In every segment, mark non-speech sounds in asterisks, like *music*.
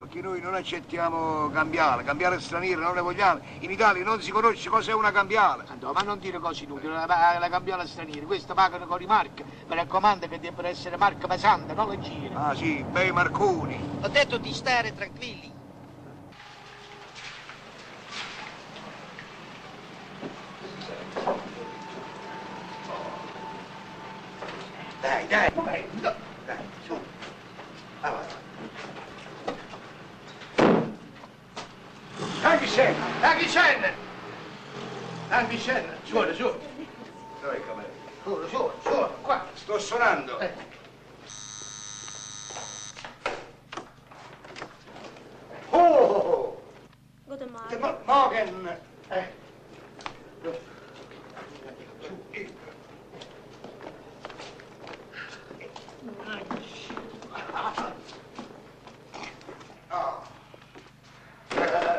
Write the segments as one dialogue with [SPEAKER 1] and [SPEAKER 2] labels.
[SPEAKER 1] perché noi non accettiamo cambiale, cambiale straniera, non le vogliamo. In Italia non si conosce cos'è una cambiale.
[SPEAKER 2] Andò, ma non dire cose inutili, la, la cambiala straniera, questa pagano con i marchi, mi raccomando che debbano essere marche pesanti, non leggere.
[SPEAKER 1] Ah sì, bei marconi.
[SPEAKER 3] Ho detto di stare tranquilli.
[SPEAKER 1] Dai, dai, dai, no, dai, su. Avanti. Dai, scena,
[SPEAKER 2] La chicenne! La chicenne! Suona, suona,
[SPEAKER 1] Dai, com'è?
[SPEAKER 2] suona, suona, suona, qua!
[SPEAKER 1] Sto suonando.
[SPEAKER 2] Eh.
[SPEAKER 1] Oh, oh,
[SPEAKER 4] Guten
[SPEAKER 1] oh.
[SPEAKER 4] Morgen.
[SPEAKER 1] Mo- Morgen.
[SPEAKER 2] Ah. Eh,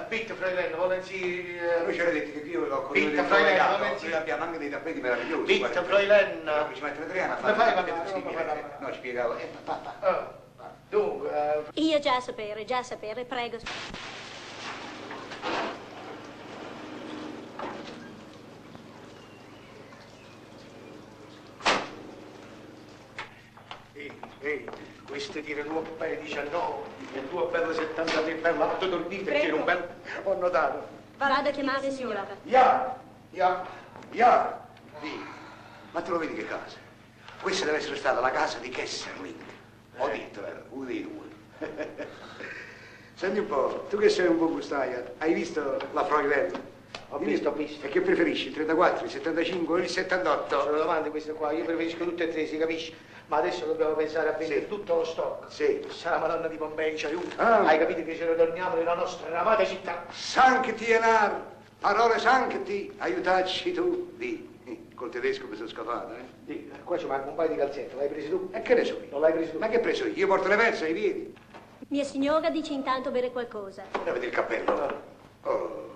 [SPEAKER 2] Vitto, Eh, fratello, oh, volentieri...
[SPEAKER 1] Eh, Noi ci aveva detto che io l'ho conosciuto
[SPEAKER 2] Vinta,
[SPEAKER 1] in
[SPEAKER 2] Froileno,
[SPEAKER 1] Froileno,
[SPEAKER 2] Lorenzi.
[SPEAKER 1] noi abbiamo anche dei tappeti meravigliosi.
[SPEAKER 2] Vinta,
[SPEAKER 1] guarda. eh,
[SPEAKER 2] Froileno.
[SPEAKER 1] Ci mettono tre anni a
[SPEAKER 2] Ma
[SPEAKER 1] fare
[SPEAKER 2] fai, ma-
[SPEAKER 1] sì,
[SPEAKER 2] ma-
[SPEAKER 1] mi-
[SPEAKER 2] ma-
[SPEAKER 1] No, spiegavo. Eh, papà.
[SPEAKER 2] Oh, dunque, eh,
[SPEAKER 4] Io già sapere, già sapere, prego.
[SPEAKER 2] Ehi, ehi, questo tira l'uovo bello 19, e l'uovo bello 73, bello alto dormito, che un bello... Ho notato.
[SPEAKER 4] Vado a chiamare il signore.
[SPEAKER 2] Ya, ya, ya.
[SPEAKER 1] Dì, ma tu lo vedi che casa? Questa deve essere stata la casa di Kesserling. Ho detto, eh, uno dei due. *laughs*
[SPEAKER 2] Senti un po', tu che sei un buon gustaio, hai visto
[SPEAKER 1] La Froileno.
[SPEAKER 2] Ho
[SPEAKER 1] Dimmi,
[SPEAKER 2] visto, ho visto.
[SPEAKER 1] E che preferisci, il 34, il 75 o il 78?
[SPEAKER 2] Sono domande queste qua, io preferisco tutte e tre, si capisce? Ma adesso dobbiamo pensare a vendere
[SPEAKER 1] Sì.
[SPEAKER 2] tutto lo stock.
[SPEAKER 1] Sì.
[SPEAKER 2] Sa la Madonna di Bombay ci aiuta.
[SPEAKER 1] Ah.
[SPEAKER 2] Hai capito che ce ne torniamo nella nostra amata città?
[SPEAKER 1] Sancti Enar, parole sancti, aiutacci tu. Di, col tedesco mi sono scapato, eh.
[SPEAKER 2] Dì, qua ci manca un paio di calzette, l'hai preso tu?
[SPEAKER 1] E che ne so io?
[SPEAKER 2] Eh, Non l'hai preso tu?
[SPEAKER 1] Ma che ho preso io? Io porto le pezze ai piedi.
[SPEAKER 4] Mia signora dice intanto bere qualcosa.
[SPEAKER 1] Guarda vedere Eh, il cappello. Oh.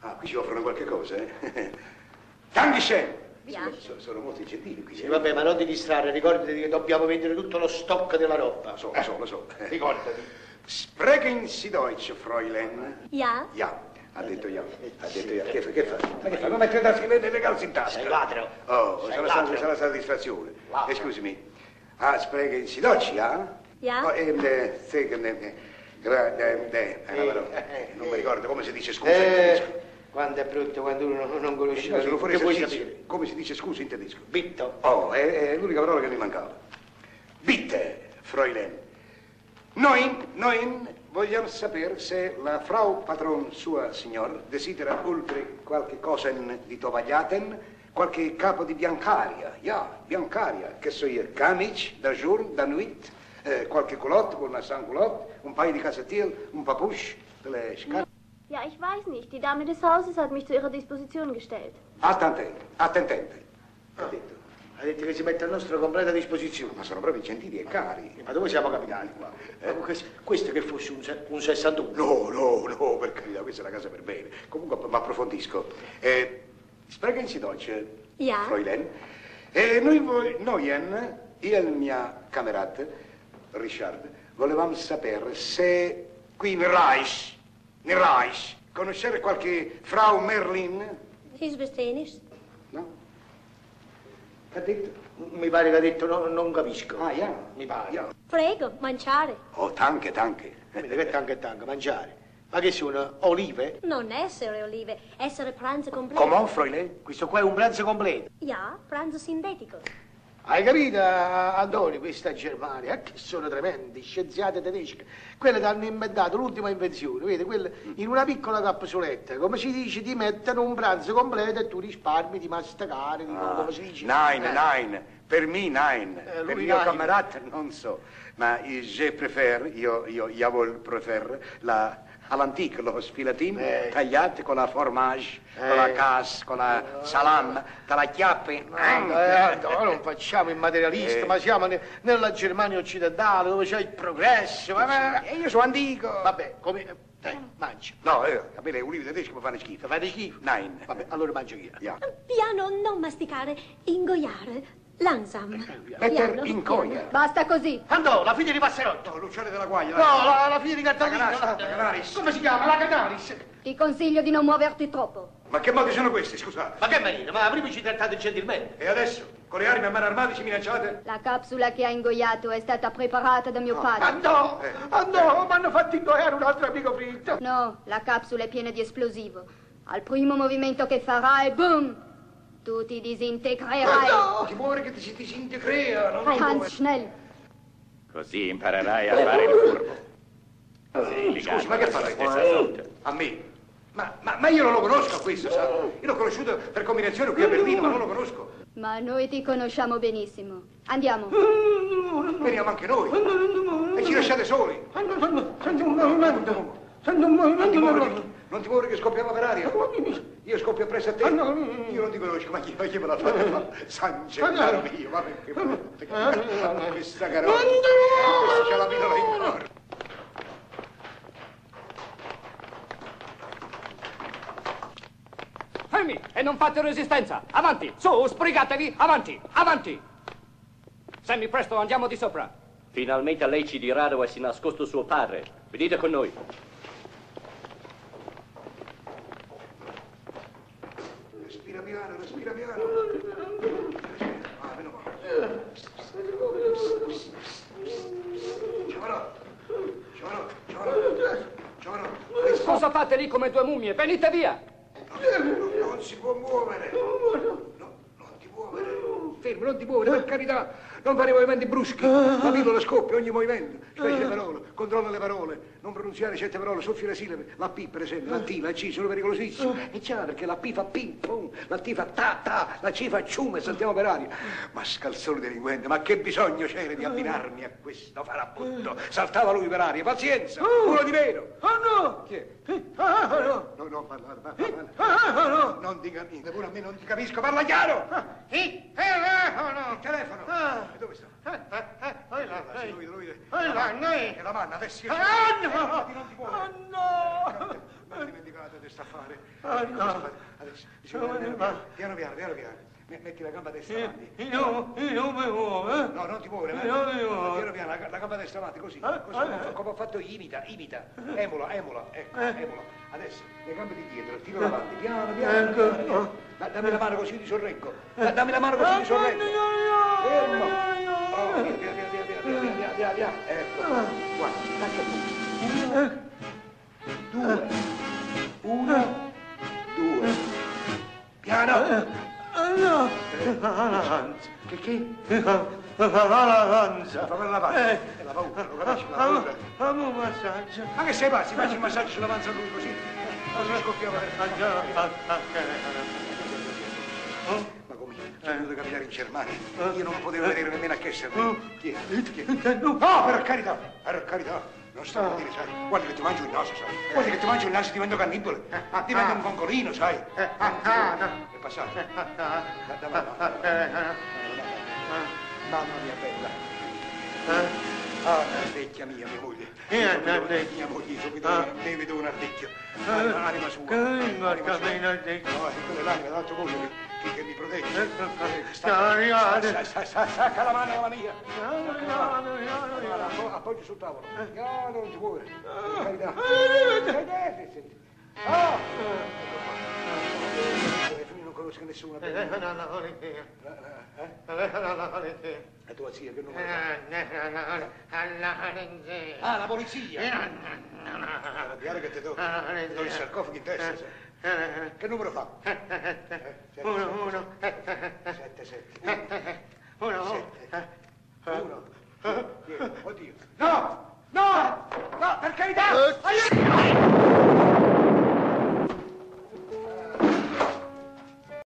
[SPEAKER 1] Ah, qui ci offrono qualche cosa, eh. *laughs* Dankeschön!
[SPEAKER 4] Via.
[SPEAKER 1] Sono, sono molto gentili qui.
[SPEAKER 2] Sì,
[SPEAKER 1] eh.
[SPEAKER 2] vabbè, ma non ti distrarre, ricordati che dobbiamo vendere tutto lo stock della roba.
[SPEAKER 1] Lo so, lo so, lo so.
[SPEAKER 2] Ricordati.
[SPEAKER 1] Sprechen Sie Deutsch, Fräulein.
[SPEAKER 4] Ja?
[SPEAKER 1] Ja, ha detto ja. Ha detto ja. Che fa? Che fa? Ma che fa? Ma mette da le, le calze in tasca.
[SPEAKER 2] Sei ladro.
[SPEAKER 1] Oh,
[SPEAKER 2] Sei
[SPEAKER 1] sarà stata,
[SPEAKER 2] ladro.
[SPEAKER 1] sarà stata distrazione.
[SPEAKER 2] Ladro.
[SPEAKER 1] Eh, scusami. Ah, sprechen Sie Deutsch, ja?
[SPEAKER 4] Ja.
[SPEAKER 1] Oh, ehm, eh, se- ehm, eh, gra- ehm, eh, è una
[SPEAKER 2] Eh,
[SPEAKER 1] parola.
[SPEAKER 2] eh,
[SPEAKER 1] Non
[SPEAKER 2] eh.
[SPEAKER 1] mi ricordo come si dice scusa in tedesco.
[SPEAKER 2] Eh, quanto è brutto quando uno non- non conosce
[SPEAKER 1] Io
[SPEAKER 2] la
[SPEAKER 1] sono
[SPEAKER 2] lingua.
[SPEAKER 1] fuori
[SPEAKER 2] Che vuoi
[SPEAKER 1] esercizio.
[SPEAKER 2] sapere?
[SPEAKER 1] Come si dice scusa in tedesco?
[SPEAKER 2] Vitto.
[SPEAKER 1] Oh, è, è l'unica parola che mi mancava. Bitte, Fräulein. Noi, noi vogliamo sapere se la Frau Patron sua signor desidera oltre qualche cosa di tovagliaten, qualche capo di biancaria, ja, biancaria, che so io, camic, da jour, da nuit, eh, qualche culotte, una sanculotte, un paio di cassettiel, un papouche, delle scarpe.
[SPEAKER 5] Ja, ich weiß nicht. Die Dame des Hauses hat mich zu ihrer Disposition gestellt.
[SPEAKER 1] Attentente, attentente, ha detto.
[SPEAKER 2] Ha detto che si mette a nostra completa disposizione. Eh,
[SPEAKER 1] Ma sono proprio gentili e cari. Eh?
[SPEAKER 2] Ma dove siamo capitati qua? Ma questo, questo che fosse un, se- un 61.
[SPEAKER 1] No, no, no, per carità, questa è la casa per bene. Comunque, ma approfondisco. Eh, sprechen Sie Deutsch,
[SPEAKER 4] Ja.
[SPEAKER 1] Fräulein. Eh, noi, vo- noi, Ann, io e il mio camerata, Richard, volevamo sapere se qui in Reich, in Reich, conoscere qualche Frau Merlin,
[SPEAKER 4] Is besteen is.
[SPEAKER 1] no? Che ha detto?
[SPEAKER 2] Mi pare che ha detto no, non capisco.
[SPEAKER 1] Ah, ja.
[SPEAKER 2] Mi pare.
[SPEAKER 1] Ja.
[SPEAKER 4] Prego, mangiare.
[SPEAKER 1] Oh, tanche, tanche.
[SPEAKER 2] Vedi che tanga e tanga, mangiare. Ma che sono? Olive?
[SPEAKER 4] Non essere olive, essere pranzo completo.
[SPEAKER 2] Come Froilè? Questo qua è un pranzo completo.
[SPEAKER 4] Ja, pranzo sintetico.
[SPEAKER 2] Hai capito, Antonio, questa Germania? eh, Che sono tremendi, scienziate tedesche. Quelle che hanno inventato l'ultima invenzione, vedi, quelle in una piccola capsuletta, come si dice, ti mettono un pranzo completo e tu risparmi di masticare, di
[SPEAKER 1] Ah,
[SPEAKER 2] come si dice.
[SPEAKER 1] Nein,
[SPEAKER 2] Eh.
[SPEAKER 1] nein, per me nein,
[SPEAKER 2] Eh, lui
[SPEAKER 1] per mio
[SPEAKER 2] nein.
[SPEAKER 1] camarata non so, ma eh, je prefer, io, io, io vol prefer la, all'antico, lo sfilatino
[SPEAKER 2] Eh.
[SPEAKER 1] tagliato con la formage,
[SPEAKER 2] Eh.
[SPEAKER 1] con la casse, con la salame, con la chiappe. Ah,
[SPEAKER 2] Eh, no, non facciamo il materialista,
[SPEAKER 1] Eh.
[SPEAKER 2] ma siamo ne- nella Germania occidentale dove c'è il progresso. Ma, ma-
[SPEAKER 1] E Eh, io sono antico.
[SPEAKER 2] vabbè, come. eh, Dai, mangia.
[SPEAKER 1] No, eh, a me le olive tedesche mi fanno schifo.
[SPEAKER 2] Ti fate schifo?
[SPEAKER 1] Nein.
[SPEAKER 2] Vabbè, allora mangio io.
[SPEAKER 1] Ja.
[SPEAKER 4] Piano, non masticare, ingoiare. Langsam.
[SPEAKER 1] Metter
[SPEAKER 4] Piano,
[SPEAKER 1] in
[SPEAKER 4] piano.
[SPEAKER 1] coia.
[SPEAKER 5] Basta così.
[SPEAKER 2] Andò, la figlia di Passerotto.
[SPEAKER 1] No, l'uccello della guaglia.
[SPEAKER 2] No, la, la figlia di Catalina.
[SPEAKER 1] Canaris, la Canaris.
[SPEAKER 2] Come si chiama? La Canaris.
[SPEAKER 5] Ti consiglio di non muoverti troppo.
[SPEAKER 1] Ma che modi sono questi, scusate?
[SPEAKER 2] Ma che marina, ma prima ci trattate gentilmente.
[SPEAKER 1] E adesso, con le armi a mano armate ci minacciate?
[SPEAKER 5] La capsula che ha ingoiato è stata preparata da mio padre.
[SPEAKER 2] Andò,
[SPEAKER 1] Eh.
[SPEAKER 2] andò, mi hanno fatto ingoiare un altro amico fritto.
[SPEAKER 5] No, la capsula è piena di esplosivo. Al primo movimento che farai, boom! Tu ti disintegrerai.
[SPEAKER 1] Ti muore che ti si disintegra, non ti
[SPEAKER 5] Hans
[SPEAKER 1] muore.
[SPEAKER 5] Schnell.
[SPEAKER 6] Così imparerai a fare il furbo. Sì, li
[SPEAKER 1] Eh, Scusi,
[SPEAKER 6] ganno
[SPEAKER 1] ma che
[SPEAKER 6] la
[SPEAKER 1] fai?
[SPEAKER 6] stessa sorte.
[SPEAKER 1] A me? Ma, ma- ma io non lo conosco questo, sa? Io l'ho conosciuto per combinazione qui a Berlino, ma non lo conosco.
[SPEAKER 5] Ma noi ti conosciamo benissimo. Andiamo.
[SPEAKER 1] Veniamo anche noi. E ci lasciate soli.
[SPEAKER 2] Sento un movimento, sento un
[SPEAKER 1] Non ti
[SPEAKER 2] movimento.
[SPEAKER 1] muovere, non ti muovere che scoppiamo per aria. Io scoppio appresso a te. Io non ti conosco, ma chi, ma chi me l'ha fatta fare? San Gennaro mio, ma che brutta. che- Questa carota. Questa c'ha la pila in corno.
[SPEAKER 7] Fermi e non fate resistenza. Avanti, su, sbrigatevi, avanti, avanti. Sammy, presto, andiamo di sopra.
[SPEAKER 8] Finalmente lei ci dirà dove si è nascosto suo padre. Venite con noi.
[SPEAKER 1] Respira piano, respira piano. Ah, meno male. Giovanotto, Giovanotto, Giovanotto, Giovanotto, questo
[SPEAKER 7] Cosa fate lì come due mummie? Venite via.
[SPEAKER 1] non, non si può muovere. No, non ti muovere. Fermo, non ti muovere, per carità. Non fare movimenti bruschi. La pillola scoppia ogni movimento. Specie le parole, controlla le parole. Non pronunziare certe parole, soffia le sillabe. La P, per esempio, la T, la C sono pericolosissime. E già, perché la P fa pim, pum, la T fa ta, ta, la C fa ciume, saltiamo per aria. Ma scalzone delinquente, ma che bisogno c'era di abbinarmi a questo farabutto? Saltava lui per aria, pazienza, uno di meno.
[SPEAKER 2] Mm. Ah no!
[SPEAKER 1] Chi è?
[SPEAKER 2] Ah no!
[SPEAKER 1] No, no, parlare,
[SPEAKER 2] Ah no!
[SPEAKER 1] non dica niente, pure a me non ti capisco, parla chiaro! Eh,
[SPEAKER 2] Il telefono!
[SPEAKER 1] oh, Il telefono!
[SPEAKER 2] Ah.
[SPEAKER 1] E dove sta?
[SPEAKER 2] Eh là,
[SPEAKER 1] Allora, si dovete, dovete.
[SPEAKER 2] Eh là, noi!
[SPEAKER 1] E la manna, adesso io...
[SPEAKER 2] Ah
[SPEAKER 1] Eh, Non ti
[SPEAKER 2] no!
[SPEAKER 1] muovere!
[SPEAKER 2] Ah no!
[SPEAKER 1] Mi sono dimenticato di sta affare.
[SPEAKER 2] Ah, no.
[SPEAKER 1] Adesso, bisogna
[SPEAKER 2] Come
[SPEAKER 1] piano,
[SPEAKER 2] va? Eh,
[SPEAKER 1] piano, piano, piano, piano, piano. Me- Metti la gamba destra avanti.
[SPEAKER 2] Io, io mi muovo, eh?
[SPEAKER 1] No, non ti muovere,
[SPEAKER 2] Io, io.
[SPEAKER 1] piano piano, la, la gamba destra avanti, così,
[SPEAKER 2] Eh,
[SPEAKER 1] così,
[SPEAKER 2] eh,
[SPEAKER 1] come,
[SPEAKER 2] eh.
[SPEAKER 1] come ho fatto io, imita, imita, emula, emula, ecco, emula. Adesso, le gambe di dietro, tiro avanti, piano, piano,
[SPEAKER 2] Eh. Ecco.
[SPEAKER 1] piano, piano. Da- dammi la mano così ti sorreggo, Da- dammi la mano così ti sorreggo. Fermo. Oh, via, via, via, via, via, via, via, via, via, ecco,
[SPEAKER 2] Ah.
[SPEAKER 1] guarda, tacca tu. Uno, due, uno, due, piano. Eh, Che che?
[SPEAKER 2] L'avanza.
[SPEAKER 1] Fa per la pancia, è la paura, lo capisci, la paura.
[SPEAKER 2] Fammi un massaggio.
[SPEAKER 1] Ma che sei pazzi? Facci un massaggio sulla panza a lui così. Così scoppiamo per eh, Ma come? Sono venuto a capitare in Germania. Io non potevo vedere nemmeno a che serviva. Chi è? Chi è? No, per carità, per carità. Non sto a dire, sai. Guarda che ti mangio il naso, sai. Guarda che ti mangio il naso e divento cannibale.
[SPEAKER 2] Ah,
[SPEAKER 1] Divento un congolino, sai.
[SPEAKER 2] Eh,
[SPEAKER 1] Ah, È passato.
[SPEAKER 2] ah, Eh,
[SPEAKER 1] Mamma mia bella. Ah, ardecchia mia, mia moglie.
[SPEAKER 2] Eh,
[SPEAKER 1] Io vedo
[SPEAKER 2] Ardecchia.
[SPEAKER 1] Mia moglie, io vedo,
[SPEAKER 2] Ah.
[SPEAKER 1] ne vedo un ardecchio.
[SPEAKER 2] Eh,
[SPEAKER 1] Anima sua.
[SPEAKER 2] che
[SPEAKER 1] anima
[SPEAKER 2] porca
[SPEAKER 1] sua.
[SPEAKER 2] vena, Ardecchio.
[SPEAKER 1] No, è quella l'anima, l'altro collo che, che, che mi protegge.
[SPEAKER 2] Eh, eh, eh,
[SPEAKER 1] Stacca-
[SPEAKER 2] eh,
[SPEAKER 1] sta- sta- sta- Stacca la mano, la mia.
[SPEAKER 2] Ah,
[SPEAKER 1] Appoggi sul tavolo. No, non ti muovere. Per carità. Sedete. Ah! Non conosco nessuno. La tua zia che non conosco. Ah, la polizia! Ah, Guarda che ti do,
[SPEAKER 2] Ah, eh,
[SPEAKER 1] ti do il sarcofago in testa. sai. Che numero fa?
[SPEAKER 2] eh,
[SPEAKER 1] Eh,
[SPEAKER 2] Uno, uno.
[SPEAKER 1] 7, 7.
[SPEAKER 2] Uno, eh, uno.
[SPEAKER 1] 7. 1. Oddio. No! No! No, per carità! Aiuto!